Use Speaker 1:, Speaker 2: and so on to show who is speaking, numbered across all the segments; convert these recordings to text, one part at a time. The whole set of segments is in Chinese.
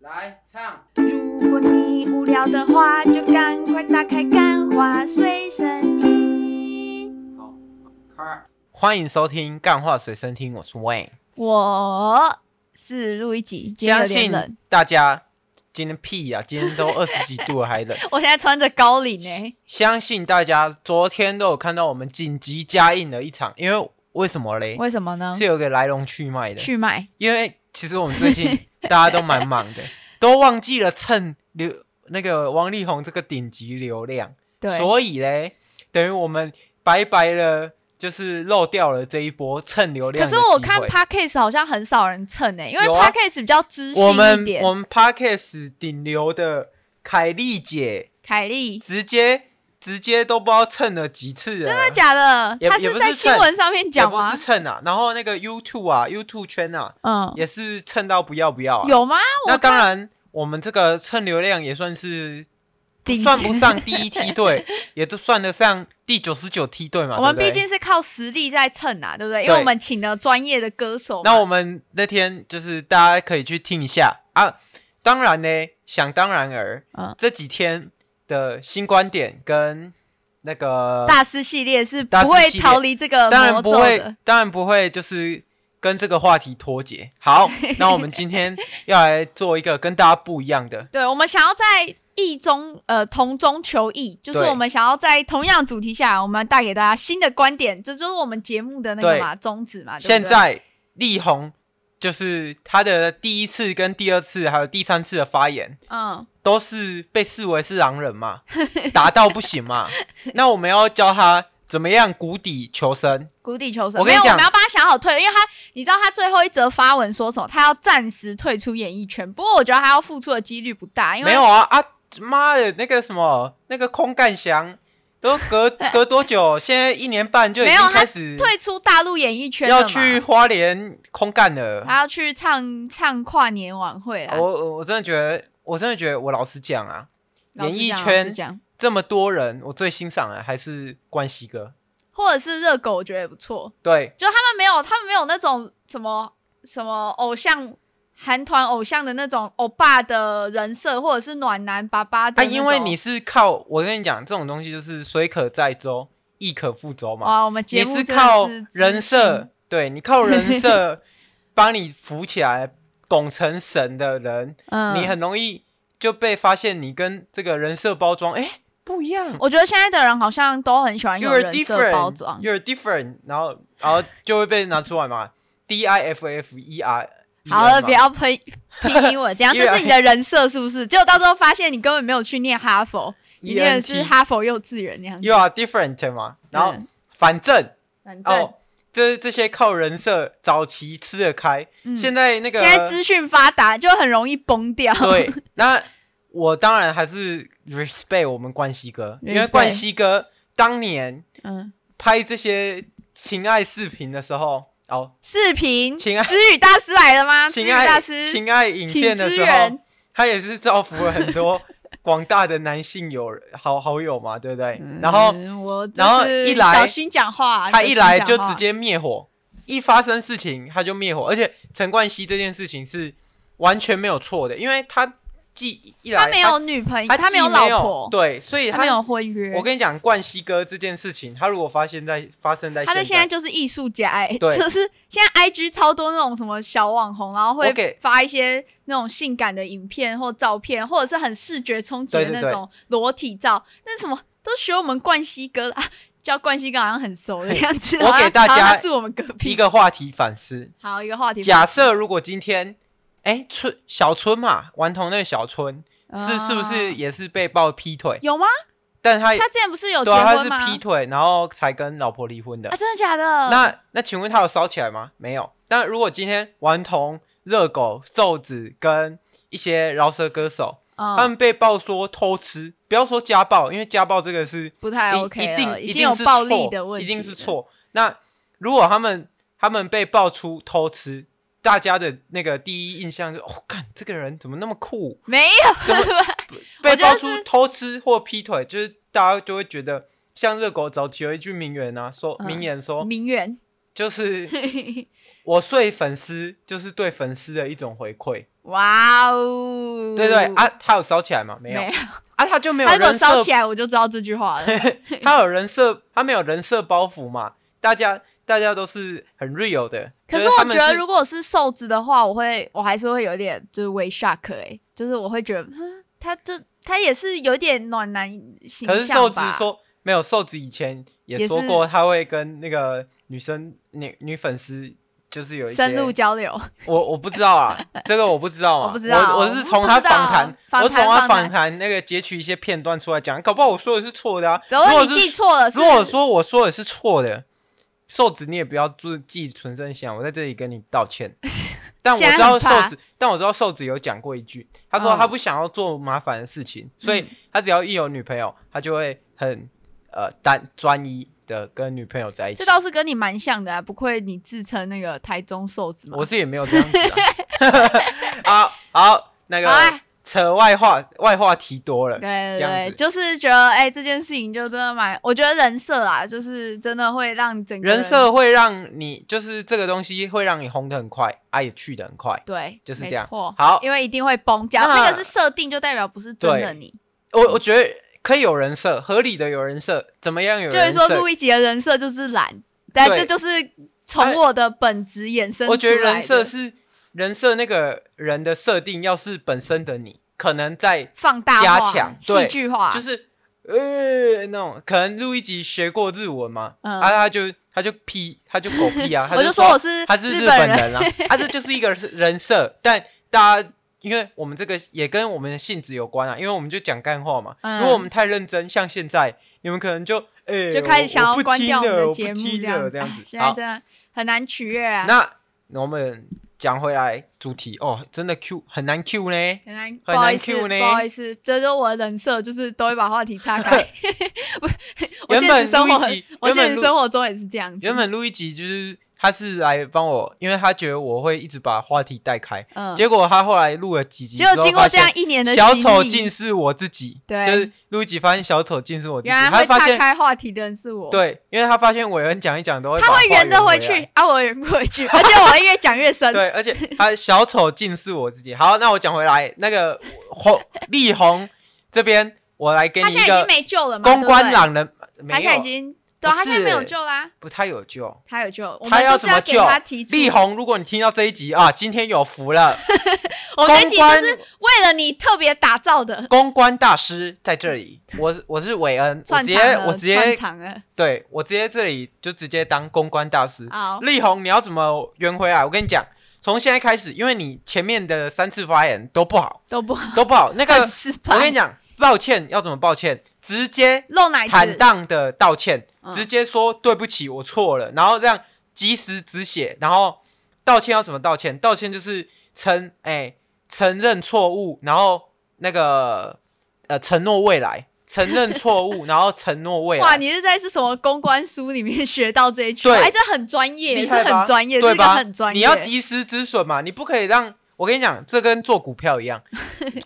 Speaker 1: 来唱。
Speaker 2: 如果你无聊的话，就赶快打开《干花随身听》。
Speaker 1: 好，开。欢迎收听《干话随身听》，我是 Wayne。
Speaker 3: 我是录一集，今天有
Speaker 1: 相
Speaker 3: 点
Speaker 1: 信
Speaker 3: 冷。
Speaker 1: 大家今天屁呀、今 天都二十几度了还冷。
Speaker 3: 我现在穿着高领欸诶、
Speaker 1: 相信大家昨天都有看到我们紧急加印了一场，因为为什么嘞？
Speaker 3: 为什么呢
Speaker 1: 是？有个来龙去脉的。
Speaker 3: 去卖
Speaker 1: 因为其实我们最 近大家都蛮忙的，都忘记了蹭流那个王力宏这个顶级流量，
Speaker 3: 对，
Speaker 1: 所以嘞，等于我们白白的，就是漏掉了这一波蹭流量
Speaker 3: 可
Speaker 1: 的
Speaker 3: 是
Speaker 1: 机会。
Speaker 3: 我看 podcast 好像很少人蹭欸诶、因为
Speaker 1: 有啊
Speaker 3: podcast 比较知性
Speaker 1: 我们
Speaker 3: 一点。
Speaker 1: 我们 Parkes 顶流的凯莉姐，
Speaker 3: 凯莉，
Speaker 1: 直接直接都不知道蹭了几次了，
Speaker 3: 真的假的？
Speaker 1: 啊也
Speaker 3: 他
Speaker 1: 也不是
Speaker 3: 在新闻上面
Speaker 1: 也
Speaker 3: 讲
Speaker 1: 不
Speaker 3: 吗
Speaker 1: 是？蹭啊，然后那个 YouTube 啊，YouTube 圈啊，
Speaker 3: 嗯，
Speaker 1: 也是蹭到不要不要、啊。
Speaker 3: 有吗？
Speaker 1: 那当然，我们这个蹭流量也算是
Speaker 3: 顶级
Speaker 1: 算不上第一梯队，也都算得上第九十九梯队嘛。
Speaker 3: 我们
Speaker 1: 对
Speaker 3: 毕
Speaker 1: 不对
Speaker 3: 竟是靠实力在蹭啊，对不对？因
Speaker 1: 对
Speaker 3: 为我们请了专业的歌手嘛。
Speaker 1: 那我们那天就是大家可以去听一下啊。当然呢，想当然而、
Speaker 3: 嗯
Speaker 1: 这几天的新观点跟那个
Speaker 3: 大师系列是不
Speaker 1: 大师
Speaker 3: 会
Speaker 1: 系列
Speaker 3: 逃离这个
Speaker 1: 当然
Speaker 3: 魔
Speaker 1: 不
Speaker 3: 咒
Speaker 1: 会
Speaker 3: 的。，
Speaker 1: 当然不会，就是跟这个话题脱节。 好，那我们今天要来做一个跟大家不一样的，
Speaker 3: 对，我们想要在异中呃同中求异，就是
Speaker 1: 对
Speaker 3: 我们想要在同样主题下，我们带给大家新的观点，这就是我们节目的那个
Speaker 1: 对
Speaker 3: 嘛宗旨嘛。对不
Speaker 1: 现
Speaker 3: 对
Speaker 1: 在力宏就是他的第一次、跟第二次，还有第三次的发言，
Speaker 3: 嗯，
Speaker 1: 都是被视为是狼人嘛， 打到不行嘛。那我们要教他怎么样谷底求生。
Speaker 3: 谷底求生，
Speaker 1: 我跟你
Speaker 3: 没有，我
Speaker 1: 讲
Speaker 3: 们要帮他想好退，因为他你知道他最后一则发文说什么，他要暂时退出演艺圈。不过我觉得他要付出的几率不大，因为
Speaker 1: 没有啊啊！妈的，那个什么，那个空干翔，都隔 隔多久？现在一年半就已
Speaker 3: 没有
Speaker 1: 经
Speaker 3: 他
Speaker 1: 开始
Speaker 3: 退出大陆演艺圈了
Speaker 1: 要
Speaker 3: 嘛啊
Speaker 1: 去，花莲空干了。
Speaker 3: 他要去唱唱跨年晚会啊啦
Speaker 1: 我。我我真的觉得，我真的觉得，我老实讲啊，
Speaker 3: 老
Speaker 1: 演
Speaker 3: 实
Speaker 1: 艺
Speaker 3: 讲老实
Speaker 1: 圈
Speaker 3: 讲，
Speaker 1: 这么多人，我最欣赏的还是关西哥。
Speaker 3: 或者是热狗，我觉得也不错。
Speaker 1: 对，
Speaker 3: 就他们没有，他们没有那种什么什么偶像韩团偶像的那种欧巴的人设，或者是暖男爸爸的
Speaker 1: 啊，
Speaker 3: 那种。
Speaker 1: 因为你是靠我跟你讲，这种东西就是水可载舟，亦可覆舟嘛。
Speaker 3: 哇，我们节
Speaker 1: 你
Speaker 3: 目
Speaker 1: 是
Speaker 3: 真的
Speaker 1: 靠
Speaker 3: 是
Speaker 1: 人
Speaker 3: 资
Speaker 1: 设
Speaker 3: 讯，，
Speaker 1: 对你靠人 设帮你扶起来，拱成神的人，
Speaker 3: 嗯
Speaker 1: 你很容易就被发现你跟这个人设包装，哎，不一样。
Speaker 3: 我觉得现在的人好像都很喜欢用
Speaker 1: You're
Speaker 3: 哦人设
Speaker 1: different,
Speaker 3: 包装。
Speaker 1: you're different，然后然后就会被拿出来嘛，D I F F E R。
Speaker 3: 好了，不。要喷拼英 文，这样
Speaker 1: 因为
Speaker 3: 这是你的人设是不是？结果到时候发现你根本没有去念哈佛，你
Speaker 1: E
Speaker 3: 念
Speaker 1: N
Speaker 3: 的是
Speaker 1: T
Speaker 3: 哈佛幼稚园那样子。
Speaker 1: You are different 嘛，然后
Speaker 3: 嗯
Speaker 1: 反正
Speaker 3: 反正、
Speaker 1: 哦，这这些靠人设早期吃得开，
Speaker 3: 嗯
Speaker 1: 现在那个
Speaker 3: 现在资讯发达，就很容易崩 掉。
Speaker 1: 对， 那我当然还是 respect 我们冠希哥，因为
Speaker 3: Respect
Speaker 1: 冠希哥当年
Speaker 3: 嗯。
Speaker 1: 拍这些情爱视频的时候，哦，
Speaker 3: 视频，
Speaker 1: 情爱
Speaker 3: 知语大师来 了吗？知语
Speaker 1: 情
Speaker 3: 大
Speaker 1: 爱
Speaker 3: 师，
Speaker 1: 情爱影
Speaker 3: 请
Speaker 1: 片的
Speaker 3: 支
Speaker 1: 时
Speaker 3: 援
Speaker 1: 候，他也是造福了很多广大的男性友好 好友嘛，对不对？然后
Speaker 3: 嗯我就是
Speaker 1: 然后一来
Speaker 3: 小心讲话，
Speaker 1: 他一来就
Speaker 3: 小心讲话
Speaker 1: 直接灭火，一发生事情他就灭火，而且陈冠希这件事情是完全没有错的，因为他既一来
Speaker 3: 他没有女朋友，
Speaker 1: 他
Speaker 3: 他
Speaker 1: 既
Speaker 3: 没有老婆，
Speaker 1: 对，所以
Speaker 3: 他
Speaker 1: 他
Speaker 3: 没有婚约
Speaker 1: 我。跟你讲，冠希哥这件事情，他如果发现在发生在
Speaker 3: 他在现在
Speaker 1: 在，
Speaker 3: 就是艺术家、哎，
Speaker 1: 对
Speaker 3: 就是现在 I G 超多那种什么小网红，然后
Speaker 1: 我给
Speaker 3: 会发一些那种性感的影片或照片，或者是很视觉冲击的
Speaker 1: 对对
Speaker 3: 那
Speaker 1: 对
Speaker 3: 种裸体照，那什么都学我们冠希哥了啊，叫冠希哥好像很熟的样子。
Speaker 1: 我给大家
Speaker 3: 好像他住我们隔
Speaker 1: 一
Speaker 3: 壁，
Speaker 1: 个话题反思。
Speaker 3: 好一个话题，
Speaker 1: 假设如果今天，哎，春小春嘛，顽童那个小春是是不是
Speaker 3: 啊
Speaker 1: 也是被爆劈腿？
Speaker 3: 有吗？
Speaker 1: 但他
Speaker 3: 他之前不是有结
Speaker 1: 对啊，他
Speaker 3: 婚
Speaker 1: 是
Speaker 3: 吗？
Speaker 1: 劈腿，然后才跟老婆离婚的
Speaker 3: 啊，。真的假的？
Speaker 1: 那那请问他有烧起来吗？没有。那如果今天顽童、热狗、瘦子跟一些饶舌歌手，他
Speaker 3: 嗯，
Speaker 1: 们被爆说偷吃，不要说家暴，因为家暴这个是
Speaker 3: 不太
Speaker 1: 一
Speaker 3: OK
Speaker 1: 一
Speaker 3: 了，
Speaker 1: 定
Speaker 3: 已
Speaker 1: 一
Speaker 3: 经
Speaker 1: 定
Speaker 3: 有
Speaker 1: 是
Speaker 3: 暴
Speaker 1: 错
Speaker 3: 力的问题，
Speaker 1: 一定是。错。那如果他们他们被爆出偷吃，大家的那个第一印象就哦，干这个人怎么那么酷？
Speaker 3: 没有，
Speaker 1: 被
Speaker 3: 我觉得
Speaker 1: 爆出
Speaker 3: 是
Speaker 1: 偷吃或劈腿，就是大家就会觉得，像热狗早期有一句名言啊，说
Speaker 3: 嗯
Speaker 1: 名言说、
Speaker 3: 名 媛
Speaker 1: 就是我睡粉丝就是对粉丝的一种回馈。
Speaker 3: 哇哦，
Speaker 1: 对对啊，他有烧起来吗？没有
Speaker 3: 没有
Speaker 1: 啊，他就没有
Speaker 3: 他如果
Speaker 1: 人
Speaker 3: 烧
Speaker 1: 设
Speaker 3: 起来，我就知道这 句话了。
Speaker 1: 他有人设，他没有人设包袱嘛？大家大家都是很 real 的。
Speaker 3: 可
Speaker 1: 就是
Speaker 3: 我
Speaker 1: 他们
Speaker 3: 觉
Speaker 1: 是
Speaker 3: 得，如果是瘦子的话，我会，我还是会有点就是微 shock 哎、就是我会觉得，哼他就他也是有点暖男形
Speaker 1: 可是瘦
Speaker 3: 象
Speaker 1: 子
Speaker 3: 吧。
Speaker 1: 说没有，瘦子以前也
Speaker 3: 也
Speaker 1: 说
Speaker 3: 是
Speaker 1: 过他会跟那个女生女女粉丝就是有一些
Speaker 3: 深入交流，
Speaker 1: 我我不知道啊，这个我不知道啊，
Speaker 3: 我不知道
Speaker 1: 我是从他
Speaker 3: 我不知道
Speaker 1: 访谈，
Speaker 3: 访谈
Speaker 1: 我从他
Speaker 3: 访谈
Speaker 1: 访谈那个截取一些片段出来讲，搞不好我说的是错的啊。
Speaker 3: 只
Speaker 1: 如
Speaker 3: 要
Speaker 1: 果
Speaker 3: 你记
Speaker 1: 是
Speaker 3: 错了是，
Speaker 1: 如果说我说的是错的，瘦子你也不要自记存真想，我在这里跟你道 歉。但我
Speaker 3: 现在
Speaker 1: 知道
Speaker 3: 很怕
Speaker 1: 瘦子，但我知道瘦子有讲过一句，他说
Speaker 3: 嗯
Speaker 1: 他不想要做麻烦的事情，所以他只要一有女朋友，他就会很呃单专一的跟女朋友在一起
Speaker 3: 这。倒是跟你蛮像的啊，不愧你自称那个台中瘦子嘛。
Speaker 1: 我是也没有这样子 啊。好好，那个
Speaker 3: 好啊
Speaker 1: 扯外话，外话题多了。
Speaker 3: 对
Speaker 1: 这
Speaker 3: 对
Speaker 1: 样
Speaker 3: 对
Speaker 1: 子，
Speaker 3: 就是觉得哎、这件事情就真的蛮，我觉得人设啊，就是真的会让整个
Speaker 1: 人设会让你，就是这个东西会让你红的很快，啊也去的很快。
Speaker 3: 对，
Speaker 1: 就是
Speaker 3: 没
Speaker 1: 这样
Speaker 3: 错
Speaker 1: 好
Speaker 3: 哦因为一定会崩。假如
Speaker 1: 那
Speaker 3: 那个是设定，就代表不是真的
Speaker 1: 对
Speaker 3: 你。
Speaker 1: 我我觉得可以有人设，合理的有人设，怎么样有
Speaker 3: 就是
Speaker 1: 人
Speaker 3: 说，
Speaker 1: 设？
Speaker 3: 录一集的人设就是懒，但
Speaker 1: 对哎
Speaker 3: 这就是从我的本质衍生出来的。
Speaker 1: 我觉得人设是人设那个人的设定，要是本身的你，可能在
Speaker 3: 放大
Speaker 1: 加
Speaker 3: 化
Speaker 1: 强对
Speaker 3: 戏剧化，
Speaker 1: 就是呃那种，可能录一集学过日文嘛，
Speaker 3: 嗯
Speaker 1: 啊他就他就屁他就狗屁 啊，他
Speaker 3: 我就
Speaker 1: 说
Speaker 3: 说我是
Speaker 1: 他是
Speaker 3: 日
Speaker 1: 日本
Speaker 3: 人，
Speaker 1: 人啊， 他这就是一个人设，但大家。因为我们这个也跟我们的性质有关啊，因为我们就讲干话嘛。
Speaker 3: 嗯
Speaker 1: 如果我们太认真，像现在，你们可能就诶、
Speaker 3: 就开始
Speaker 1: 我
Speaker 3: 想
Speaker 1: 我
Speaker 3: 要
Speaker 1: 不
Speaker 3: 关
Speaker 1: 听
Speaker 3: 掉我们
Speaker 1: 了
Speaker 3: 的
Speaker 1: 不
Speaker 3: 节目
Speaker 1: 听
Speaker 3: 这样
Speaker 1: 了这
Speaker 3: 子。
Speaker 1: 样
Speaker 3: 哎
Speaker 1: 子。
Speaker 3: 现在
Speaker 1: 好，
Speaker 3: 真的很难取悦啊，
Speaker 1: 那我们讲回来主题哦，真的 Q 很难 Q 呢。
Speaker 3: 很难，不
Speaker 1: 很
Speaker 3: 好
Speaker 1: 难
Speaker 3: 意思，
Speaker 1: cue 呢
Speaker 3: 不好意思，这就是我的人设，就是都会把话题 岔开。不，我
Speaker 1: 原
Speaker 3: 现
Speaker 1: 本
Speaker 3: 实生活
Speaker 1: 录一
Speaker 3: 很
Speaker 1: 集，
Speaker 3: 我
Speaker 1: 原本
Speaker 3: 现实
Speaker 1: 录
Speaker 3: 生活中也是这样子。
Speaker 1: 原本录一集就是他是来帮我，因为他觉得我会一直把话题带开，
Speaker 3: 嗯，
Speaker 1: 结果他后来录了几集之
Speaker 3: 结果
Speaker 1: 后
Speaker 3: 经过
Speaker 1: 发
Speaker 3: 这样
Speaker 1: 现。
Speaker 3: 一年的
Speaker 1: 小
Speaker 3: 洗
Speaker 1: 丑
Speaker 3: 礼
Speaker 1: 竟是我自己，
Speaker 3: 对
Speaker 1: 就是录一集发现小丑竟是我自己，
Speaker 3: 原来
Speaker 1: 他
Speaker 3: 会
Speaker 1: 发
Speaker 3: 岔
Speaker 1: 现
Speaker 3: 开话题的人是我。
Speaker 1: 对，因为他发现伟恩讲一讲都会
Speaker 3: 他
Speaker 1: 把
Speaker 3: 会
Speaker 1: 话
Speaker 3: 圆的回
Speaker 1: 回
Speaker 3: 去
Speaker 1: 来，
Speaker 3: 啊，我圆不回去， 而且我会越讲越深。
Speaker 1: 对，而且他小丑竟是我自己。好，那我讲回来，那个红力宏这边，我来给
Speaker 3: 他
Speaker 1: 你
Speaker 3: 现
Speaker 1: 一
Speaker 3: 在已经
Speaker 1: 个
Speaker 3: 没救了嘛？
Speaker 1: 公关
Speaker 3: 对不对
Speaker 1: 朗人，没
Speaker 3: 他现在已
Speaker 1: 有
Speaker 3: 经对啊，
Speaker 1: 不
Speaker 3: 他现在
Speaker 1: 是
Speaker 3: 没有
Speaker 1: 欸
Speaker 3: 救啦，
Speaker 1: 不太有救。
Speaker 3: 他有救，我
Speaker 1: 他
Speaker 3: 们就
Speaker 1: 怎
Speaker 3: 是
Speaker 1: 么
Speaker 3: 要给
Speaker 1: 救？
Speaker 3: 他提出。
Speaker 1: 力宏，如果你听到这一集啊，今天有福了。
Speaker 3: 我们这
Speaker 1: 公
Speaker 3: 集就
Speaker 1: 关
Speaker 3: 是为了你特别打造的，
Speaker 1: 公关大师在这里，我是我是韦恩，我
Speaker 3: 串
Speaker 1: 直
Speaker 3: 场
Speaker 1: 接
Speaker 3: 了，
Speaker 1: 我直接
Speaker 3: 串场了。
Speaker 1: 对我直接这里就直接当公关大师。
Speaker 3: 啊好，
Speaker 1: 力宏，你要怎么圆回来？我跟你讲，从现在开始，因为你前面的三次发言都不 好，
Speaker 3: 都不好，
Speaker 1: 都不好。那个
Speaker 3: 很失败。
Speaker 1: 我跟你讲，抱歉要怎么抱歉？直接
Speaker 3: 露奶
Speaker 1: 坦
Speaker 3: 子，
Speaker 1: 荡的道歉，
Speaker 3: 嗯
Speaker 1: 直接说对不起，我错了，然后这样及时止血，然后道歉要怎么道歉？道歉就是承哎、承认错误，然后那个呃承诺未来，承认错误，然后承诺未
Speaker 3: 哇，
Speaker 1: 来。
Speaker 3: 你是在是什么公关书里面学到这一句？
Speaker 1: 对
Speaker 3: 哎，这很专业，
Speaker 1: 厉
Speaker 3: 这
Speaker 1: 害吧
Speaker 3: 很专业，
Speaker 1: 对
Speaker 3: 这个
Speaker 1: 吧？
Speaker 3: 很专业。
Speaker 1: 你要及时止损嘛，你不可以让我跟你讲，这跟做股票一 样，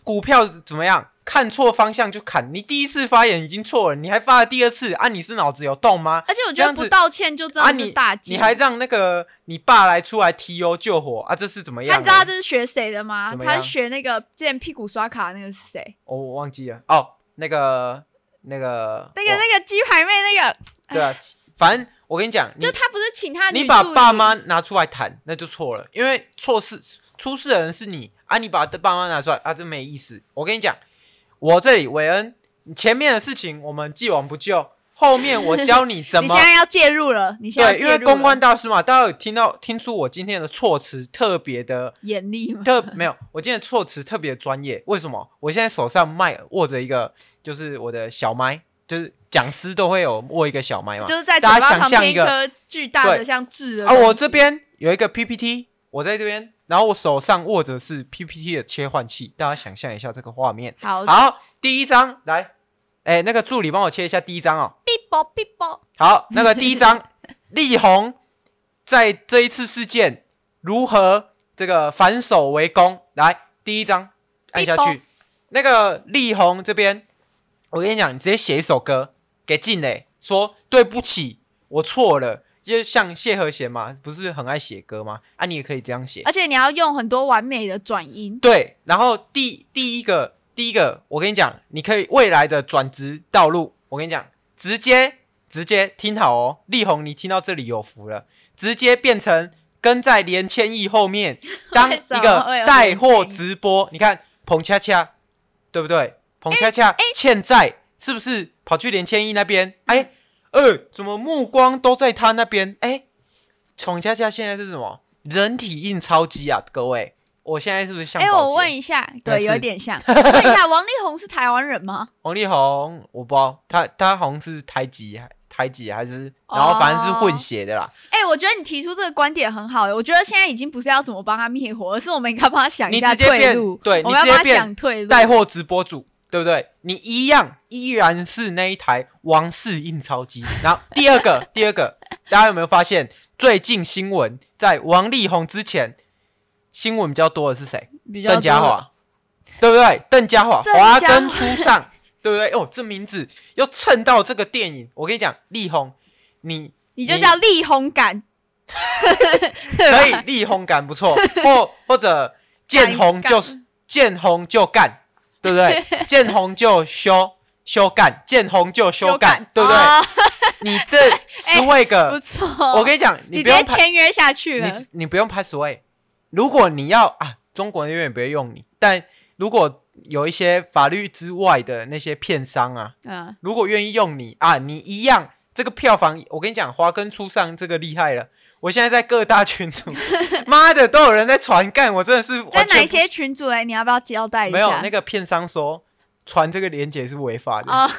Speaker 1: 股票怎么样？看错方向就砍，你第一次发言已经错了，你还发了第二次啊？你是脑子有洞吗？
Speaker 3: 而且我
Speaker 1: 这
Speaker 3: 觉得
Speaker 1: 样
Speaker 3: 不
Speaker 1: 子
Speaker 3: 道歉就真
Speaker 1: 啊
Speaker 3: 的
Speaker 1: 你
Speaker 3: 是大忌。
Speaker 1: 你还让那个你爸来出来 T O 救火啊？这是怎么
Speaker 3: 那
Speaker 1: 样呢？
Speaker 3: 你知道他这是学谁的吗？
Speaker 1: 怎么
Speaker 3: 他
Speaker 1: 样
Speaker 3: 是学那个之前屁股刷卡那个是谁？
Speaker 1: 哦我忘记了哦，那个那个
Speaker 3: 那个
Speaker 1: 我
Speaker 3: 那个鸡排妹那个，
Speaker 1: 对啊，反正我跟你讲，
Speaker 3: 就他不是请他
Speaker 1: 你
Speaker 3: 女
Speaker 1: 你把
Speaker 3: 助理
Speaker 1: 爸妈拿出来谈，那就错了，因为错事出事的人是你啊，你把爸妈拿出来啊，这没意思。我跟你讲，我这里韦恩，你前面的事情我们既往不咎，后面我教你怎
Speaker 3: 你
Speaker 1: 么
Speaker 3: 现。在要介入了，你现在
Speaker 1: 对，
Speaker 3: 要
Speaker 1: 因为
Speaker 3: 介入
Speaker 1: 公关
Speaker 3: 了
Speaker 1: 大师嘛，大家有听到听出我今天的措辞特别的
Speaker 3: 严厉嘛，
Speaker 1: 特没有，我今天的措辞特别专业。为什么？我现在手上麦握着一个，就是我的小麦，就是讲师都会有握一个小麦嘛。
Speaker 3: 就是在嘴
Speaker 1: 大
Speaker 3: 巴
Speaker 1: 家想
Speaker 3: 旁
Speaker 1: 象
Speaker 3: 边
Speaker 1: 一
Speaker 3: 一
Speaker 1: 个
Speaker 3: 颗巨大的
Speaker 1: 对
Speaker 3: 像痣的
Speaker 1: 啊，
Speaker 3: 东西
Speaker 1: 我这边有一个 PPT，我在这边，然后我手上握着是 PPT 的切换器，大家想象一下这个画面。
Speaker 3: 好
Speaker 1: 好，第一张来，哎，那个助理帮我切一下第一张哦。
Speaker 3: 必波必波，
Speaker 1: 好，那个第一章，力宏在这一次事件如何这个反手为攻？来，第一章按下
Speaker 3: 立
Speaker 1: 去。那个力宏这边，我跟你讲，你直接写一首歌给静蕾，说对不起，我错了，就像谢和弦嘛，不是很爱写歌吗？啊，你也可以这样写。
Speaker 3: 而且你要用很多完美的转音，
Speaker 1: 对，然后第第一个第一个，我跟你讲，你可以未来的转职道路，我跟你讲，直接直接听好哦，力宏，你听到这里有福了，直接变成跟在连千亿后 面当
Speaker 3: 为什
Speaker 1: 一
Speaker 3: 么会
Speaker 1: 个
Speaker 3: 有
Speaker 1: 带
Speaker 3: 连
Speaker 1: 货
Speaker 3: 千亿
Speaker 1: 直播，你看彭恰恰对不对？彭恰恰欠债是不是跑去连千亿那边？
Speaker 3: 嗯
Speaker 1: 哎，呃，怎么目光都在他那边？哎，彭恰恰现在是什么？人体印钞机啊，各位，我现在是不是像？
Speaker 3: 哎、我问一下，对，
Speaker 1: 是
Speaker 3: 有 点像。问一下，王力宏是台湾人吗？
Speaker 1: 王力宏，我不知道他他好像是台籍台籍还是，然
Speaker 3: 哦
Speaker 1: 后反正是混血的啦。
Speaker 3: 哎、我觉得你提出这个观点很好、我觉得现在已经不是要怎么帮他灭火，而是我们应该帮他想一下
Speaker 1: 你直接
Speaker 3: 退
Speaker 1: 变
Speaker 3: 路。
Speaker 1: 对
Speaker 3: 我
Speaker 1: 你
Speaker 3: 们要
Speaker 1: 直接
Speaker 3: 帮他
Speaker 1: 变
Speaker 3: 想退路。
Speaker 1: 带货直播主，对不对？你一样依然是那一台王室印钞 机。然后第二个，第二个，大家有没有发现最近新闻在王力宏之前，新闻比较多的是谁？
Speaker 3: 比较
Speaker 1: 邓家
Speaker 3: 多
Speaker 1: 华，对不对？邓家华，
Speaker 3: 邓家
Speaker 1: 华
Speaker 3: 华
Speaker 1: 灯初上， 对不对？哦，这名字又蹭到这个电影。我跟你讲，力宏，你
Speaker 3: 你就叫力宏 感，对
Speaker 1: 可以
Speaker 3: 吧？
Speaker 1: 力宏感不错，或或者见红就是见红就干，对不 对？见红就修修干，见红就修干，对不对？
Speaker 3: 哦哎
Speaker 1: 你 这十位
Speaker 3: 不
Speaker 1: 个，
Speaker 3: 错，
Speaker 1: 我跟你讲，
Speaker 3: 你
Speaker 1: 不
Speaker 3: 直接
Speaker 1: 用拍，
Speaker 3: 签约下去了。
Speaker 1: 你你不用拍十位。如果你要啊，中国人永远不会用你，但如果有一些法律之外的那些片商啊，
Speaker 3: 嗯，
Speaker 1: 如果愿意用你啊，你一样这个票房，我跟你讲，华根初上这个厉害了。我现在在各大群 组，妈的都有人在传干，我真的是
Speaker 3: 在
Speaker 1: 完
Speaker 3: 哪
Speaker 1: 全
Speaker 3: 一些群组哎？你要不要交代一下？
Speaker 1: 没有那个片商说传这个链接是违法的，
Speaker 3: 哦，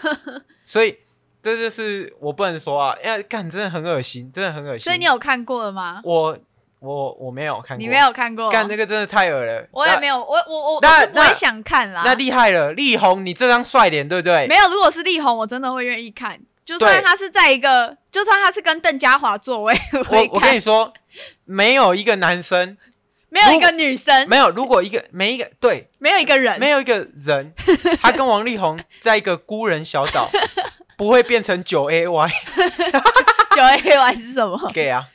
Speaker 1: 所以这就是我不能说啊，哎，干真的很恶心，真的很恶心。
Speaker 3: 所以你有看过了吗？
Speaker 1: 我我我没有看过，
Speaker 3: 你没有看过？
Speaker 1: 干这个真的太恶了，
Speaker 3: 哦我也没有，我我我
Speaker 1: 那
Speaker 3: 我是不会
Speaker 1: 那
Speaker 3: 想看啦
Speaker 1: 那。那厉害了，力宏，你这张帅脸对不对？
Speaker 3: 没有，如果是力宏，我真的会愿意看。就
Speaker 1: 对
Speaker 3: 算他是在一个，就算他是跟邓家华做，我也会
Speaker 1: 我我跟
Speaker 3: 看。
Speaker 1: 你说，没有一个男生，
Speaker 3: 没有一个
Speaker 1: 如
Speaker 3: 女生，
Speaker 1: 没有如果一个没一个对
Speaker 3: 没有一个人，
Speaker 1: 没有一个 人，他跟王力宏在一个孤人小岛，不会变成九 A Y
Speaker 3: 九 A Y 是 什么？
Speaker 1: gay 啊，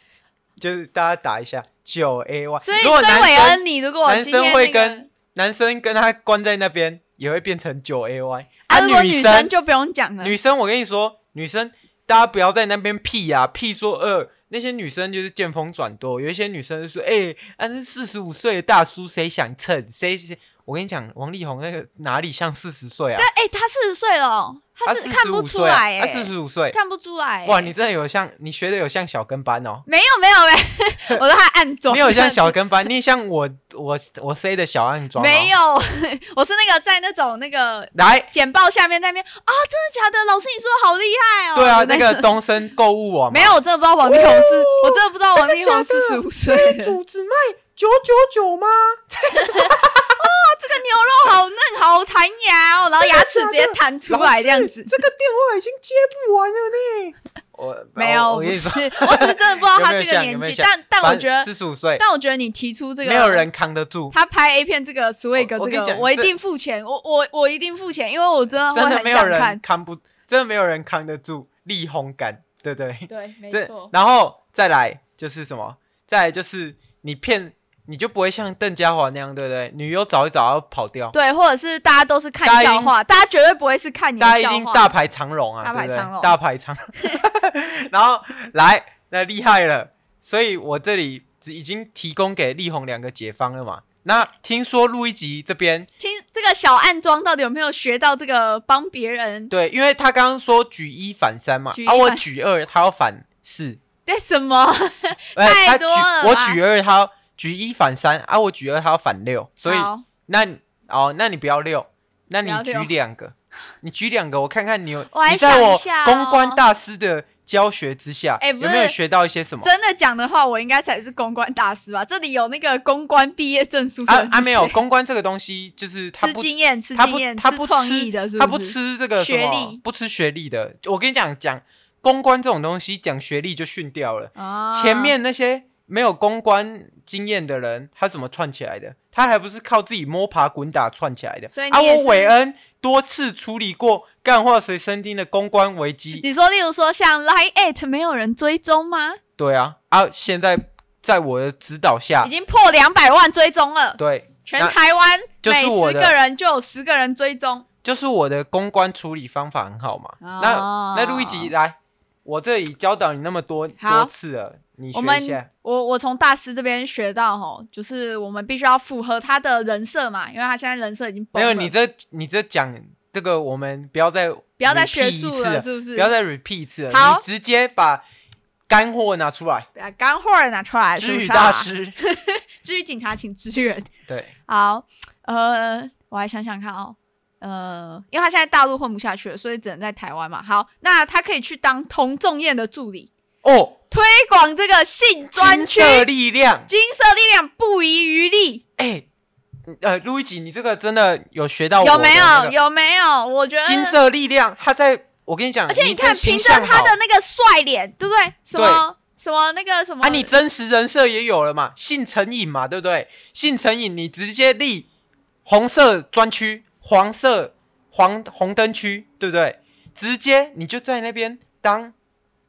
Speaker 1: 就是大家打一下九 A Y。
Speaker 3: 所以，
Speaker 1: 如果
Speaker 3: 所以
Speaker 1: 男
Speaker 3: 韦
Speaker 1: 生
Speaker 3: 恩，你如果
Speaker 1: 男
Speaker 3: 今天
Speaker 1: 生会
Speaker 3: 那个
Speaker 1: 跟男生跟他关在那边，也会变成九 A Y。
Speaker 3: 啊，如果女
Speaker 1: 生
Speaker 3: 生就不用讲了。
Speaker 1: 女生，我跟你说，女生大家不要在那边屁呀、屁说呃，那些女生就是见风转舵，有一些女生就说，哎、啊，那四十五岁的大叔谁想蹭谁谁。我跟你讲，王力宏那个哪里像四十岁啊？啊
Speaker 3: 对，哎，他四十岁了哦，他是看不出来，
Speaker 1: 他
Speaker 3: 哎，
Speaker 1: 四十五岁。
Speaker 3: 看不出来。
Speaker 1: 哇，
Speaker 3: 哎
Speaker 1: 你真的有像你学的有像小跟班 哦，
Speaker 3: 没有没有没有， 我都还暗装。
Speaker 1: 你有 像小跟班，你也像我我我 C 的小暗装、哦，
Speaker 3: 没。有， 我是那个在那种那个
Speaker 1: 来，
Speaker 3: 简报下面那边啊、真的假的？老师你说的好厉害哦。
Speaker 1: 对啊，
Speaker 3: 的
Speaker 1: 那
Speaker 3: 种
Speaker 1: 个哦东森购物网嘛
Speaker 3: 没有，我真的不知道王力宏是，我真的不知道王力宏四
Speaker 1: 真的
Speaker 3: 十
Speaker 1: 假
Speaker 3: 五岁 了。
Speaker 1: 只卖九九九吗？
Speaker 3: 这个牛肉好嫩，好弹牙哦，然后牙齿直接弹出来这样 子。
Speaker 1: 个电话已经接不完了呢。我
Speaker 3: 没有，
Speaker 1: 我
Speaker 3: 不
Speaker 1: 跟你
Speaker 3: 是，
Speaker 1: 说，
Speaker 3: 我只是真的不知道他 这个年纪，但但我觉得，
Speaker 1: 四十五岁，
Speaker 3: 但我觉得你提出这个，
Speaker 1: 没有人扛得住，
Speaker 3: 他拍 A 片这个 swag
Speaker 1: 我我跟
Speaker 3: 这
Speaker 1: 你
Speaker 3: 个，
Speaker 1: 讲
Speaker 3: 我一
Speaker 1: 这
Speaker 3: 定付钱，我我我一定付钱，因为啊我真的会
Speaker 1: 真的
Speaker 3: 很
Speaker 1: 没有
Speaker 3: 想
Speaker 1: 人
Speaker 3: 看。
Speaker 1: 扛不，真的没有人扛得住力宏感，对不对？
Speaker 3: 对，没
Speaker 1: 对
Speaker 3: 错，。
Speaker 1: 然后再来就是什么？再来就是你骗，你就不会像邓家华那样，对不对？女优找一找要跑掉，
Speaker 3: 对，或者是大家都是
Speaker 1: 大家
Speaker 3: 看
Speaker 1: 一定
Speaker 3: 笑话，大家绝对不会是看你的
Speaker 1: 大家一
Speaker 3: 笑
Speaker 1: 定
Speaker 3: 话。
Speaker 1: 大排长龙啊，
Speaker 3: 大排
Speaker 1: 对不对
Speaker 3: 长龙
Speaker 1: 大排长。 然后来，那厉害了，所以我这里只已经提供给力宏两个解方了嘛。那听说录一集这边，
Speaker 3: 听这个小暗装到底有没有学到这个帮别人
Speaker 1: 对，因为他刚刚说举一反三嘛
Speaker 3: 举一，
Speaker 1: 啊，
Speaker 3: 反
Speaker 1: 我举二，他要反四，
Speaker 3: 对什么？
Speaker 1: 哎，
Speaker 3: 太
Speaker 1: 他
Speaker 3: 多
Speaker 1: 举
Speaker 3: 了
Speaker 1: 我
Speaker 3: 吧
Speaker 1: 举二，他要举一反三，啊，我举二，他要反六，所以
Speaker 3: 好
Speaker 1: 那你哦，那你不要六，那你
Speaker 3: 不要
Speaker 1: 举
Speaker 3: 六
Speaker 1: 两 个，你举两个，我看看你有
Speaker 3: 我还
Speaker 1: 你在
Speaker 3: 想一
Speaker 1: 我
Speaker 3: 下哦
Speaker 1: 公关大师的教学之下，
Speaker 3: 哎
Speaker 1: 有
Speaker 3: 不
Speaker 1: 没有
Speaker 3: 是
Speaker 1: 学到一些什么？
Speaker 3: 真的讲的话，我应该才是公关大师吧？这里有那个公关毕业证书的
Speaker 1: 啊
Speaker 3: 人是
Speaker 1: 啊，没有
Speaker 3: 谁
Speaker 1: 公关这个东西，就是他
Speaker 3: 吃
Speaker 1: 不
Speaker 3: 经验，吃
Speaker 1: 他
Speaker 3: 经
Speaker 1: 不
Speaker 3: 验，
Speaker 1: 他不
Speaker 3: 吃
Speaker 1: 吃
Speaker 3: 创意的，是
Speaker 1: 他
Speaker 3: 不
Speaker 1: 不
Speaker 3: 是？
Speaker 1: 吃这个什
Speaker 3: 学
Speaker 1: 么
Speaker 3: 历
Speaker 1: 不吃学历的。我跟你讲讲公关这种东西，讲学历就训掉了。
Speaker 3: 啊
Speaker 1: 前面那些没有公关经验的人，他怎么串起来的？他还不是靠自己摸爬滚打串起来的。
Speaker 3: 所以你
Speaker 1: 啊，
Speaker 3: 也
Speaker 1: 我
Speaker 3: 是
Speaker 1: 韦恩多次处理过干化随身听的公关危机，
Speaker 3: 你说，例如说像 Line at 没有人追踪吗？
Speaker 1: 对啊，啊，现在在我的指导下
Speaker 3: 已，经破两百万追踪了，
Speaker 1: 啊对，
Speaker 3: 全
Speaker 1: 那
Speaker 3: 台湾
Speaker 1: 就是
Speaker 3: 每
Speaker 1: 我
Speaker 3: 十
Speaker 1: 的
Speaker 3: 个人就有十个人追踪。
Speaker 1: 就是我的公关处理方法很好嘛。
Speaker 3: 哦
Speaker 1: 那那录一集来，我这里教导你那么多
Speaker 3: 好
Speaker 1: 多次了，你学
Speaker 3: 我
Speaker 1: 一
Speaker 3: 们
Speaker 1: 下。
Speaker 3: 我我从大师这边学到吼，就是我们必须要符合他的人设嘛，因为他现在人设已经崩
Speaker 1: 没
Speaker 3: 了。
Speaker 1: 有，你这你这讲这个，我们不要再不
Speaker 3: 不要再学术
Speaker 1: 了，
Speaker 3: 是不是？
Speaker 1: 啊不要再 repeat 一次了，
Speaker 3: 好
Speaker 1: 你直接把干货拿出来，
Speaker 3: 把哎干货儿拿出来，是
Speaker 1: 知
Speaker 3: 不
Speaker 1: 语
Speaker 3: 是、
Speaker 1: 大
Speaker 3: 啊？
Speaker 1: 师。
Speaker 3: 至于警察，请支援。
Speaker 1: 对，
Speaker 3: 好，呃，我来想想看哦。呃，因为他现在大陆混不下去了，所以只能在台湾嘛。好，那他可以去当童仲彦的助理，
Speaker 1: 哦，
Speaker 3: 推广这个性专
Speaker 1: 金
Speaker 3: 区，
Speaker 1: 色力量，
Speaker 3: 金色力量不遗余力，
Speaker 1: 哎、呃，路易吉，你这个真的有学到我的
Speaker 3: 有没
Speaker 1: 那个
Speaker 3: 有？有没有？我觉得
Speaker 1: 金色力量，他在我跟你讲，
Speaker 3: 而且
Speaker 1: 啊你
Speaker 3: 你看，
Speaker 1: 这形
Speaker 3: 凭着
Speaker 1: 象
Speaker 3: 他
Speaker 1: 好
Speaker 3: 的那个帅脸，对不对？什么什么那个什么
Speaker 1: 啊，你真实人设也有了嘛，性成瘾嘛，对不对？性成瘾，你直接立红色专区、黄色黄红灯区，对不对？直接你就在那边当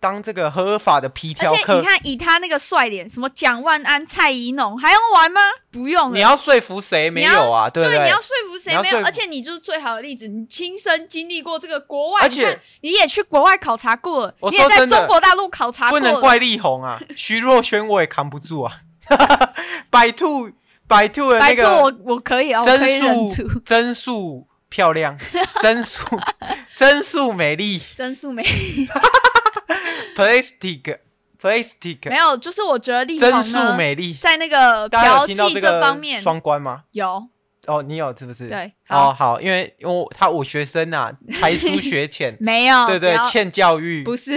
Speaker 1: 当这个合法的皮条
Speaker 3: 而且你
Speaker 1: 客，
Speaker 3: 看，以他那个帅脸，什么蒋万安、蔡依农，还用玩吗？不用了。
Speaker 1: 你要说服谁没
Speaker 3: 你要
Speaker 1: 有啊？对不
Speaker 3: 对你要说服谁
Speaker 1: 你要
Speaker 3: 没有
Speaker 1: 说？服
Speaker 3: 而且你就是最好的例子，你亲身经历过这个国外，
Speaker 1: 而且
Speaker 3: 你看你也去国外考察过了，
Speaker 1: 我
Speaker 3: 你
Speaker 1: 说
Speaker 3: 也在
Speaker 1: 真的
Speaker 3: 中国大陆考察
Speaker 1: 不
Speaker 3: 啊过
Speaker 1: 能
Speaker 3: 了。
Speaker 1: 怪力宏啊， 徐若瑄我也扛不住啊， 白兔白兔的那
Speaker 3: 白兔，
Speaker 1: 个
Speaker 3: 我我可以啊，我可以
Speaker 1: 真
Speaker 3: 认出
Speaker 1: 素真素漂亮，真素真素美丽。
Speaker 3: 真素没
Speaker 1: plastic plastic
Speaker 3: 没有，就是我觉得力宏
Speaker 1: 真数
Speaker 3: 呢，
Speaker 1: 美丽，
Speaker 3: 在那个
Speaker 1: 大家有
Speaker 3: 嫖
Speaker 1: 听到
Speaker 3: 妓
Speaker 1: 这个
Speaker 3: 方面
Speaker 1: 双关吗？
Speaker 3: 有
Speaker 1: 哦，你有是不是？
Speaker 3: 对
Speaker 1: 哦
Speaker 3: 好，
Speaker 1: 好，因为因为我他我学生啊，才疏学浅
Speaker 3: 没有？
Speaker 1: 对
Speaker 3: 哦不
Speaker 1: 对
Speaker 3: 要，
Speaker 1: 欠教育。
Speaker 3: 不是，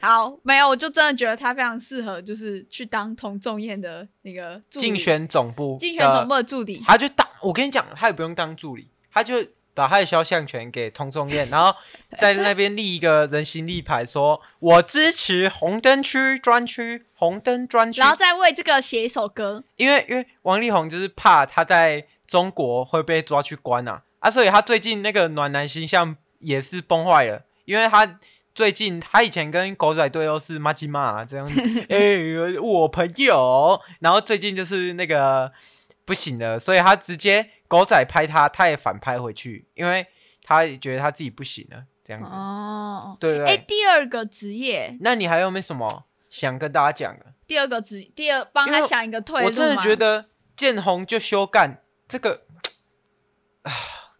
Speaker 3: 好，没有，我就真的觉得他非常适合，就是去当童仲彦的那个助理
Speaker 1: 竞选总部，
Speaker 3: 竞选总部，的助理，
Speaker 1: 他就当我跟你讲，他也不用当助理，他就把他的肖像权给童仲彦，然后在那边立一个人形立牌，说我支持红灯区专区，红灯专区
Speaker 3: 然。后再为这个写一首歌。
Speaker 1: 因为因为王力宏就是怕他在中国会被抓去关啊啊，所以他最近那个暖男形象也是崩坏了，因为他最近他以前跟狗仔队都是妈鸡骂这样， 哎、我朋友，然后最近就是那个不行了，所以他直接狗仔拍他，他也反拍回去，因为他也觉得他自己不行了，这样子，
Speaker 3: 哦，
Speaker 1: 对不
Speaker 3: 哎，
Speaker 1: 对？
Speaker 3: 第二个职业，
Speaker 1: 那你还有没有什么想跟大家讲的？
Speaker 3: 第二个职，第二帮
Speaker 1: 因
Speaker 3: 他
Speaker 1: 为
Speaker 3: 想一个退路
Speaker 1: 我真的
Speaker 3: 嘛
Speaker 1: 觉，得见红就休干这个，啊，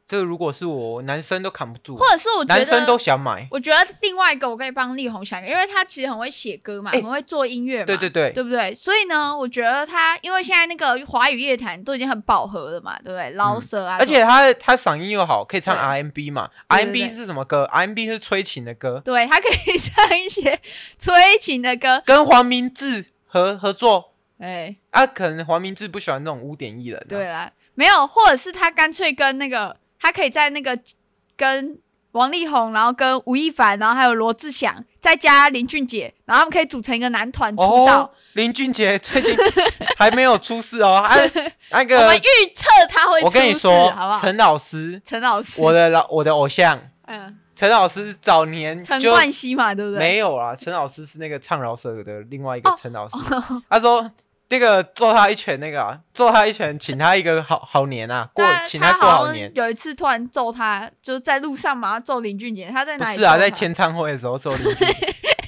Speaker 1: 这个如果是我，男生都扛不住，
Speaker 3: 或者是我觉
Speaker 1: 男生都
Speaker 3: 得，
Speaker 1: 想买。
Speaker 3: 我觉得另外一个我可以帮力宏想一个，因为他其实很会写歌嘛，
Speaker 1: 哎
Speaker 3: 很会做音乐嘛，
Speaker 1: 对对对，
Speaker 3: 对不对？所以呢，我觉得他因为现在那个华语乐坛都已经很饱和了嘛，对不对？饶舌啊，
Speaker 1: 嗯而且他他嗓音又好，可以唱
Speaker 3: 对
Speaker 1: RMB 嘛
Speaker 3: 对对对
Speaker 1: ？RMB 是什么歌？RMB 是催情的歌，
Speaker 3: 对他可以唱一些催情的歌，
Speaker 1: 跟黄明志合合作
Speaker 3: 哎，
Speaker 1: 啊，可能黄明志不喜欢那种污点艺人、啊，
Speaker 3: 对啦，没有，或者是他干脆跟那个，他可以在那个跟王力宏，然后跟吴亦凡，然后还有罗志祥，再加林俊杰，然后他们可以组成一个男团出道。
Speaker 1: 哦，林俊杰最 近还没有出事哦，啊，那
Speaker 3: 我
Speaker 1: 个
Speaker 3: 们预测他会出
Speaker 1: 我
Speaker 3: 事，
Speaker 1: 跟你说
Speaker 3: 好不，好？
Speaker 1: 陈老师，
Speaker 3: 陈老师，
Speaker 1: 我的老我的偶像，
Speaker 3: 嗯，
Speaker 1: 陈老师早年
Speaker 3: 陈
Speaker 1: 就
Speaker 3: 冠希嘛，对不对？
Speaker 1: 没有啦，陈老师是那个唱饶舌的另外一
Speaker 3: 哦
Speaker 1: 个陈老师，他说那个揍他一拳那个、啊，揍他一拳，请他一个好好年啊，过
Speaker 3: 但
Speaker 1: 请
Speaker 3: 他
Speaker 1: 过
Speaker 3: 好
Speaker 1: 好
Speaker 3: 像
Speaker 1: 年。
Speaker 3: 有一次突然揍他，就是在路上马上揍林俊杰，他在
Speaker 1: 不
Speaker 3: 哪里
Speaker 1: 是
Speaker 3: 揍他？
Speaker 1: 啊，在签唱会的时候揍林俊 杰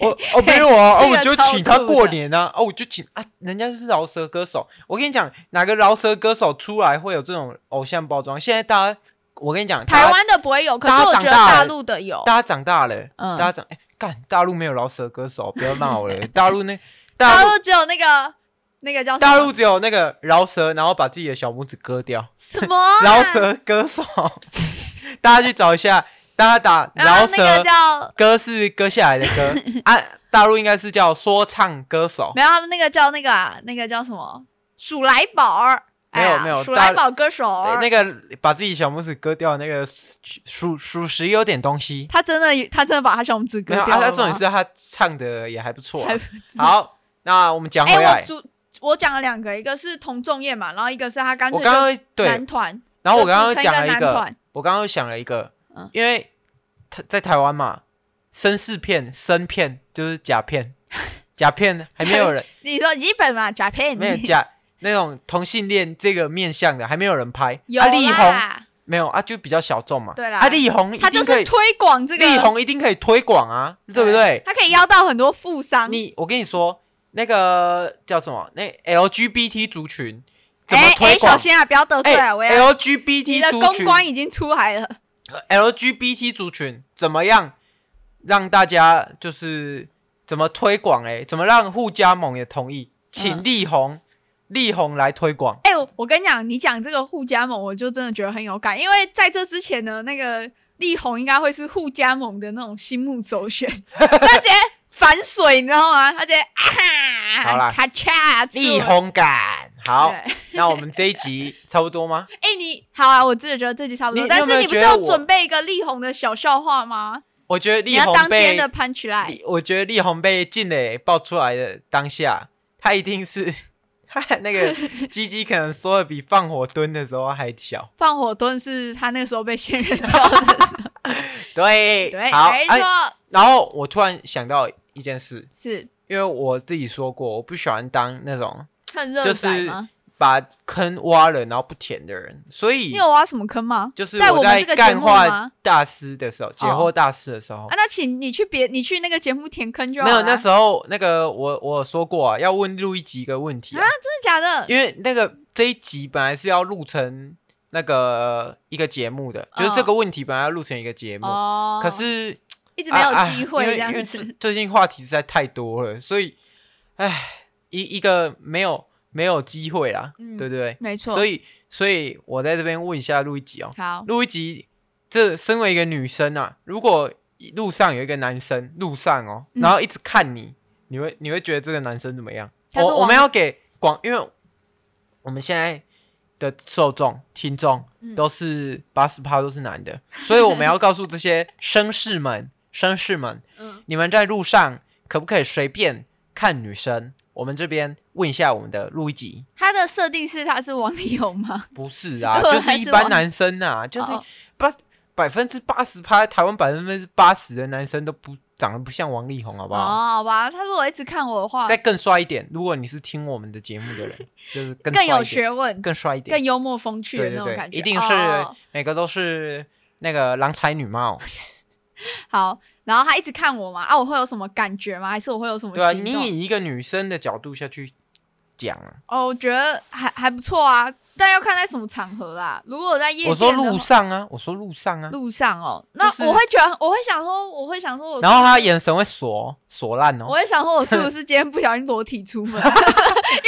Speaker 1: 我哦没有啊，
Speaker 3: 这
Speaker 1: 哦
Speaker 3: 个
Speaker 1: 我就
Speaker 3: 超
Speaker 1: 请他
Speaker 3: 酷的
Speaker 1: 过年啊，哦我就请啊，人家是饶舌歌手，我跟你讲，哪个饶舌歌手出来会有这种偶像包装？现在大家，我跟你讲，
Speaker 3: 台
Speaker 1: 大家
Speaker 3: 湾的不会有，可
Speaker 1: 大
Speaker 3: 是
Speaker 1: 家
Speaker 3: 我觉
Speaker 1: 长
Speaker 3: 得
Speaker 1: 大了
Speaker 3: 大陆的有。
Speaker 1: 大家长大了，
Speaker 3: 嗯
Speaker 1: 大家长哎干，大陆没有饶舌歌手，不要闹了， 大陆那
Speaker 3: 大
Speaker 1: 大陆
Speaker 3: 陆只有那个那个叫什么
Speaker 1: 大陆只有那个饶舌，然后把自己的小拇指割掉，
Speaker 3: 什么啊
Speaker 1: 饶舌歌手， 大家去找一下，大家打
Speaker 3: 然
Speaker 1: 饶
Speaker 3: 后啊那个
Speaker 1: 舌
Speaker 3: 叫
Speaker 1: 歌是割下来的 歌啊，大陆应该是叫说唱歌手，
Speaker 3: 没有，他们那个叫那个啊，那个叫什么鼠来宝儿，
Speaker 1: 没有
Speaker 3: 哎呀
Speaker 1: 没有
Speaker 3: 鼠
Speaker 1: 大
Speaker 3: 来宝歌手儿
Speaker 1: 对那个把自己小拇指割掉的那个属属实有点东西，
Speaker 3: 他真的他真的把他小拇指割
Speaker 1: 没有
Speaker 3: 掉
Speaker 1: 啊，
Speaker 3: 了吗，
Speaker 1: 他重点是他唱的也还不错啊、
Speaker 3: 还不知道
Speaker 1: 好，那我们讲回
Speaker 3: 哎，
Speaker 1: 来
Speaker 3: 我，主我讲了两个，一个是童仲彦嘛，然后一个是他哎干
Speaker 1: 我
Speaker 3: 脆
Speaker 1: 刚
Speaker 3: 就
Speaker 1: 刚对
Speaker 3: 男团，
Speaker 1: 然后我
Speaker 3: 就
Speaker 1: 刚
Speaker 3: 组
Speaker 1: 刚
Speaker 3: 成
Speaker 1: 讲了
Speaker 3: 一
Speaker 1: 一
Speaker 3: 个男
Speaker 1: 个
Speaker 3: 团，
Speaker 1: 我刚刚想了一个
Speaker 3: 嗯，
Speaker 1: 因 为他在台湾嘛，绅士片、生片就是假片，甲片还没有人，
Speaker 3: 你说日本嘛，Japan
Speaker 1: 没有甲那种同性恋这个面向的还没有人拍。
Speaker 3: 有
Speaker 1: 啊，力宏
Speaker 3: 啦，
Speaker 1: 没有啊，就比较小众嘛。
Speaker 3: 对啦
Speaker 1: 啊，力宏一
Speaker 3: 他就
Speaker 1: 定可
Speaker 3: 是
Speaker 1: 以，
Speaker 3: 推广这个
Speaker 1: 力宏一定可以推广啊，对不对？
Speaker 3: 他可以邀到很多富商。
Speaker 1: 你我跟你说，那个叫什么？那 LGBT 族群怎么
Speaker 3: 哎哎，
Speaker 1: 推广哎
Speaker 3: 小？心啊，不要得罪啊！我要你的
Speaker 1: LGBT 族
Speaker 3: 公
Speaker 1: 群
Speaker 3: 关已经出来了，
Speaker 1: LGBT 族群怎么样让大家就是怎么推广？哎，怎么让互加盟也同意？请
Speaker 3: 嗯
Speaker 1: 力宏，力宏来推广。
Speaker 3: 哎、我我跟你讲，你讲这个互加盟，我就真的觉得很有感，因为在这之前呢，那个力宏应该会是互加盟的那种心目 首选，他直接反水，你知道吗？他直接啊，
Speaker 1: 好啦
Speaker 3: 咔嚓，
Speaker 1: 力
Speaker 3: 宏，
Speaker 1: 宏感好
Speaker 3: 对，
Speaker 1: 那我们这一集差不多 吗？
Speaker 3: 哎、你好啊，我真的觉得这集差不多，
Speaker 1: 你
Speaker 3: 但
Speaker 1: 你有
Speaker 3: 是
Speaker 1: 没有
Speaker 3: 你不是
Speaker 1: 觉得
Speaker 3: 有
Speaker 1: 我
Speaker 3: 准备一个力宏的小笑话吗？
Speaker 1: 我觉得
Speaker 3: 你
Speaker 1: 力
Speaker 3: 要
Speaker 1: 宏
Speaker 3: 当今天
Speaker 1: 被
Speaker 3: 的 punch line，
Speaker 1: 力我觉得力宏被静蕾爆出来的当下，他一定是 他那个 鸡鸡可能缩的比放火蹲的时候还小。
Speaker 3: 放火蹲是他那个时候被仙人跳 的时候，
Speaker 1: 对，
Speaker 3: 对，
Speaker 1: 好，
Speaker 3: 没
Speaker 1: 哎
Speaker 3: 错，
Speaker 1: 然后我突然想到一件事，
Speaker 3: 是
Speaker 1: 因为我自己说过，我不喜欢当那种
Speaker 3: 趁热
Speaker 1: 就
Speaker 3: 仔
Speaker 1: 是
Speaker 3: 吗？
Speaker 1: 把坑挖了然后不填的人，所以
Speaker 3: 你有挖什么坑吗？
Speaker 1: 就是
Speaker 3: 在
Speaker 1: 我
Speaker 3: 们
Speaker 1: 在
Speaker 3: 这个节
Speaker 1: 干
Speaker 3: 目吗
Speaker 1: 话？大师的时候，解惑大师的时候
Speaker 3: 啊，，那请你去别你去那个节目填坑就好
Speaker 1: 没有
Speaker 3: 啦
Speaker 1: 那时候那个我我有说过啊，要问录一集一个问题、啊
Speaker 3: 啊，真的假的？
Speaker 1: 因为那个这一集本来是要录成那个一个节目的，就是这个问题本来要录成一个节目，
Speaker 3: 哦，
Speaker 1: 可是
Speaker 3: 一直
Speaker 1: 啊
Speaker 3: 没有
Speaker 1: 啊
Speaker 3: 机
Speaker 1: 因
Speaker 3: 会这
Speaker 1: 为因
Speaker 3: 样
Speaker 1: 为
Speaker 3: 子
Speaker 1: 最。最近话题实在太多了，所以，唉，一一个没有没有机会啦，
Speaker 3: 嗯
Speaker 1: 对不对？
Speaker 3: 没错
Speaker 1: 所以，所以我在这边问一下陆一吉哦，
Speaker 3: 好，
Speaker 1: 陆一吉，这身为一个女生啊，如果路上有一个男生路上哦，
Speaker 3: 嗯
Speaker 1: 然后一直看你，你会你会觉得这个男生怎么样？
Speaker 3: 他是
Speaker 1: 我我
Speaker 3: 网
Speaker 1: 们要给广，因为我们现在的受众听众
Speaker 3: 嗯
Speaker 1: 都是八十趴都是男的，所以我们要告诉这些绅士们， 绅士们，
Speaker 3: 嗯，
Speaker 1: 你们在路上可不可以随便看女生？我们这边问一下我们的路易吉，
Speaker 3: 他的设定是他是王力宏吗？
Speaker 1: 不是 啊，
Speaker 3: 我
Speaker 1: 就
Speaker 3: 还
Speaker 1: 是一
Speaker 3: 是
Speaker 1: 般
Speaker 3: 忘
Speaker 1: 男生啊， 就是
Speaker 3: 哦
Speaker 1: 百分之八十趴，台湾百分之八十的男生都不长得不像王力宏，好不好？
Speaker 3: 哦，好吧，他如果一直看我的话
Speaker 1: 再，更帅一点，如果你是听我们的节目的 人，就是更
Speaker 3: 更
Speaker 1: 帅一
Speaker 3: 有
Speaker 1: 点
Speaker 3: 学问、
Speaker 1: 更帅一点
Speaker 3: 更，幽默风趣的
Speaker 1: 对
Speaker 3: 那
Speaker 1: 对
Speaker 3: 种
Speaker 1: 对
Speaker 3: 感，觉，
Speaker 1: 一定
Speaker 3: 哦
Speaker 1: 是每个都是那个郎才女貌，
Speaker 3: 好。然后他一直看我嘛，啊，我会有什么感觉吗？还 是我会有什么
Speaker 1: 对啊，
Speaker 3: 行
Speaker 1: 你
Speaker 3: 动？
Speaker 1: 以一个女生的角度下去讲啊，
Speaker 3: 哦，我觉得还还不错啊，但要看在什么场合啦。如果我在夜
Speaker 1: 我说
Speaker 3: 店的
Speaker 1: 路
Speaker 3: 话
Speaker 1: 上啊，我说路上啊，
Speaker 3: 路上哦，那
Speaker 1: 就是
Speaker 3: 我会觉得，我会想说，我会想说我是不是，
Speaker 1: 然后他眼神会锁锁烂
Speaker 3: 我
Speaker 1: 哦，
Speaker 3: 会想说，我是不是今天不小心裸体出门？因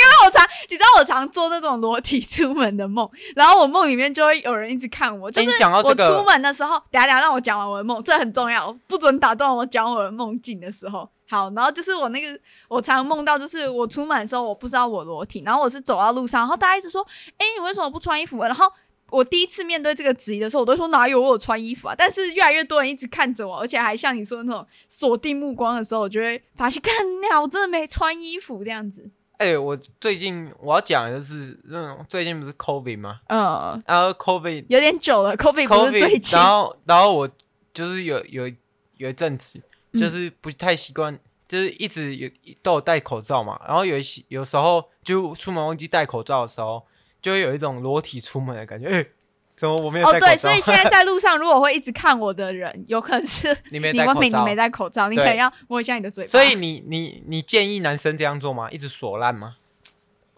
Speaker 3: 为我常，你知道我常做那种裸体出门的梦，然后我梦里面就会有人一直看我，就
Speaker 1: 哎
Speaker 3: 是
Speaker 1: 你讲到这
Speaker 3: 我
Speaker 1: 个
Speaker 3: 出门的时候，等一下等一下让我讲完我的梦，这很重要，不准打断我讲我的梦境的时候。好，然后就是我那个，我常梦到，就是我出门的时候，我不知道我裸体，然后我是走到路上，然后大家一直说，哎，你为什么不穿衣服啊？然后我第一次面对这个质疑的时候，我都说哪有我有穿衣服啊？但是越来越多人一直看着我，而且还像你说的那种锁定目光的时候，我就会发现， 看呀，我真的没穿衣服这样子。
Speaker 1: 哎、我最近我要讲的就是那种最近不是 COVID 吗？
Speaker 3: 呃，
Speaker 1: 然后 COVID
Speaker 3: 有点久了，COVID 不是最
Speaker 1: COVID，
Speaker 3: 近
Speaker 1: 然后然后我就是有有有一阵子，
Speaker 3: 嗯
Speaker 1: 就是不太习惯，就是一直有都有戴口罩嘛。然后有一些有时候就出门忘记戴口罩的时候，就会有一种裸体出门的感觉。哎、怎么我没有
Speaker 3: 哦
Speaker 1: 戴口罩？
Speaker 3: 对，所以现在在路上如果会一直看我的人，有可能是
Speaker 1: 你没
Speaker 3: 你
Speaker 1: 戴
Speaker 3: 问
Speaker 1: 口
Speaker 3: 你
Speaker 1: 罩，
Speaker 3: 没戴口罩，你可
Speaker 1: 对
Speaker 3: 能要摸一下你的嘴巴。
Speaker 1: 所以你你你建议男生这样做吗？一直锁烂吗？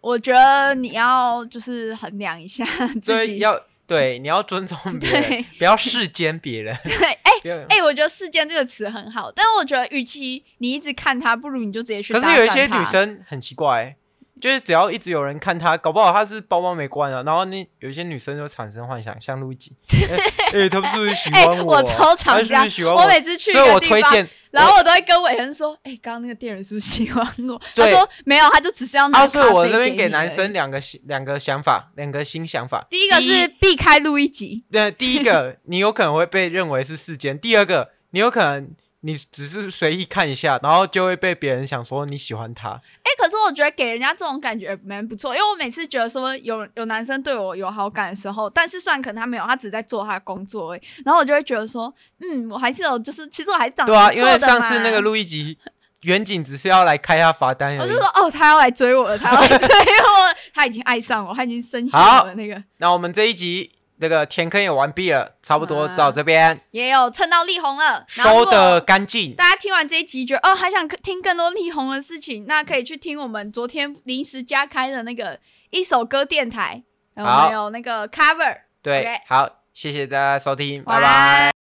Speaker 3: 我觉得你要就是衡量一下自
Speaker 1: 对，
Speaker 3: 己。
Speaker 1: 要对，你要尊重别
Speaker 3: 对
Speaker 1: 人，不要世间别人。
Speaker 3: 对， 哎、
Speaker 1: 不要
Speaker 3: 哎、我觉得“事件”这个词很好，但我觉得与其你一直看他，不如你就直接去搭
Speaker 1: 可是
Speaker 3: 讪他。
Speaker 1: 有一些女生很奇怪欸、就是只要一直有人看她，搞不好她是包包没关啊，然后那有一些女生就产生幻想，像陆 琪，哎、欸，她是不是喜
Speaker 3: 哎、
Speaker 1: 欢我？
Speaker 3: 我超常
Speaker 1: 她
Speaker 3: 这
Speaker 1: 是
Speaker 3: 样
Speaker 1: 不是喜，欢
Speaker 3: 我每次去一
Speaker 1: 所以
Speaker 3: 个
Speaker 1: 我
Speaker 3: 地
Speaker 1: 推
Speaker 3: 方，
Speaker 1: 荐，
Speaker 3: 然后我都会跟伟恩说：“哎、刚刚那个店员是不是喜欢我？”他
Speaker 1: 对
Speaker 3: 说：“没有，他就只是要拿
Speaker 1: 啊，
Speaker 3: 嗯咖
Speaker 1: 所以我
Speaker 3: 啡
Speaker 1: 这边
Speaker 3: 给
Speaker 1: 给
Speaker 3: 你而
Speaker 1: 男
Speaker 3: 已
Speaker 1: 生，两个新两个想法，两个新想法。
Speaker 3: 第一个是避开录一集，
Speaker 1: 那第一 个，你有可能会被认为是世间；第二个，你有可能你只是随意看一下，然后就会被别人想说你喜欢他。
Speaker 3: 哎、可是我觉得给人家这种感觉蛮不错，因为我每次觉得说有有男生对我有好感的时候，但是虽然可能他没有，他只在做他的工作而已，然后我就会觉得说，嗯，我还是有，就是其实我还长得
Speaker 1: 对啊，
Speaker 3: 不
Speaker 1: 因
Speaker 3: 错
Speaker 1: 为
Speaker 3: 的
Speaker 1: 上次那
Speaker 3: 嘛
Speaker 1: 个路易吉远景只是要来开他罚单
Speaker 3: 我
Speaker 1: 而
Speaker 3: 就
Speaker 1: 已
Speaker 3: 说。哦，他要来追我了，他要来追我了，他已经爱上我，他已经深陷我的那个，
Speaker 1: 那我们这一集那个填坑也完毕了，差不多到这边、
Speaker 3: 也有蹭到力宏了。啊然
Speaker 1: 收
Speaker 3: 后如果
Speaker 1: 的干净。
Speaker 3: 大家听完这一集，觉得哦还想听更多力宏的事情，那可以去听我们昨天临时加开的那个一首歌电台，我
Speaker 1: 好
Speaker 3: 们有那个 cover。
Speaker 1: 对
Speaker 3: OK
Speaker 1: 好，谢谢大家收听，拜
Speaker 3: 晚
Speaker 1: 拜
Speaker 3: 安。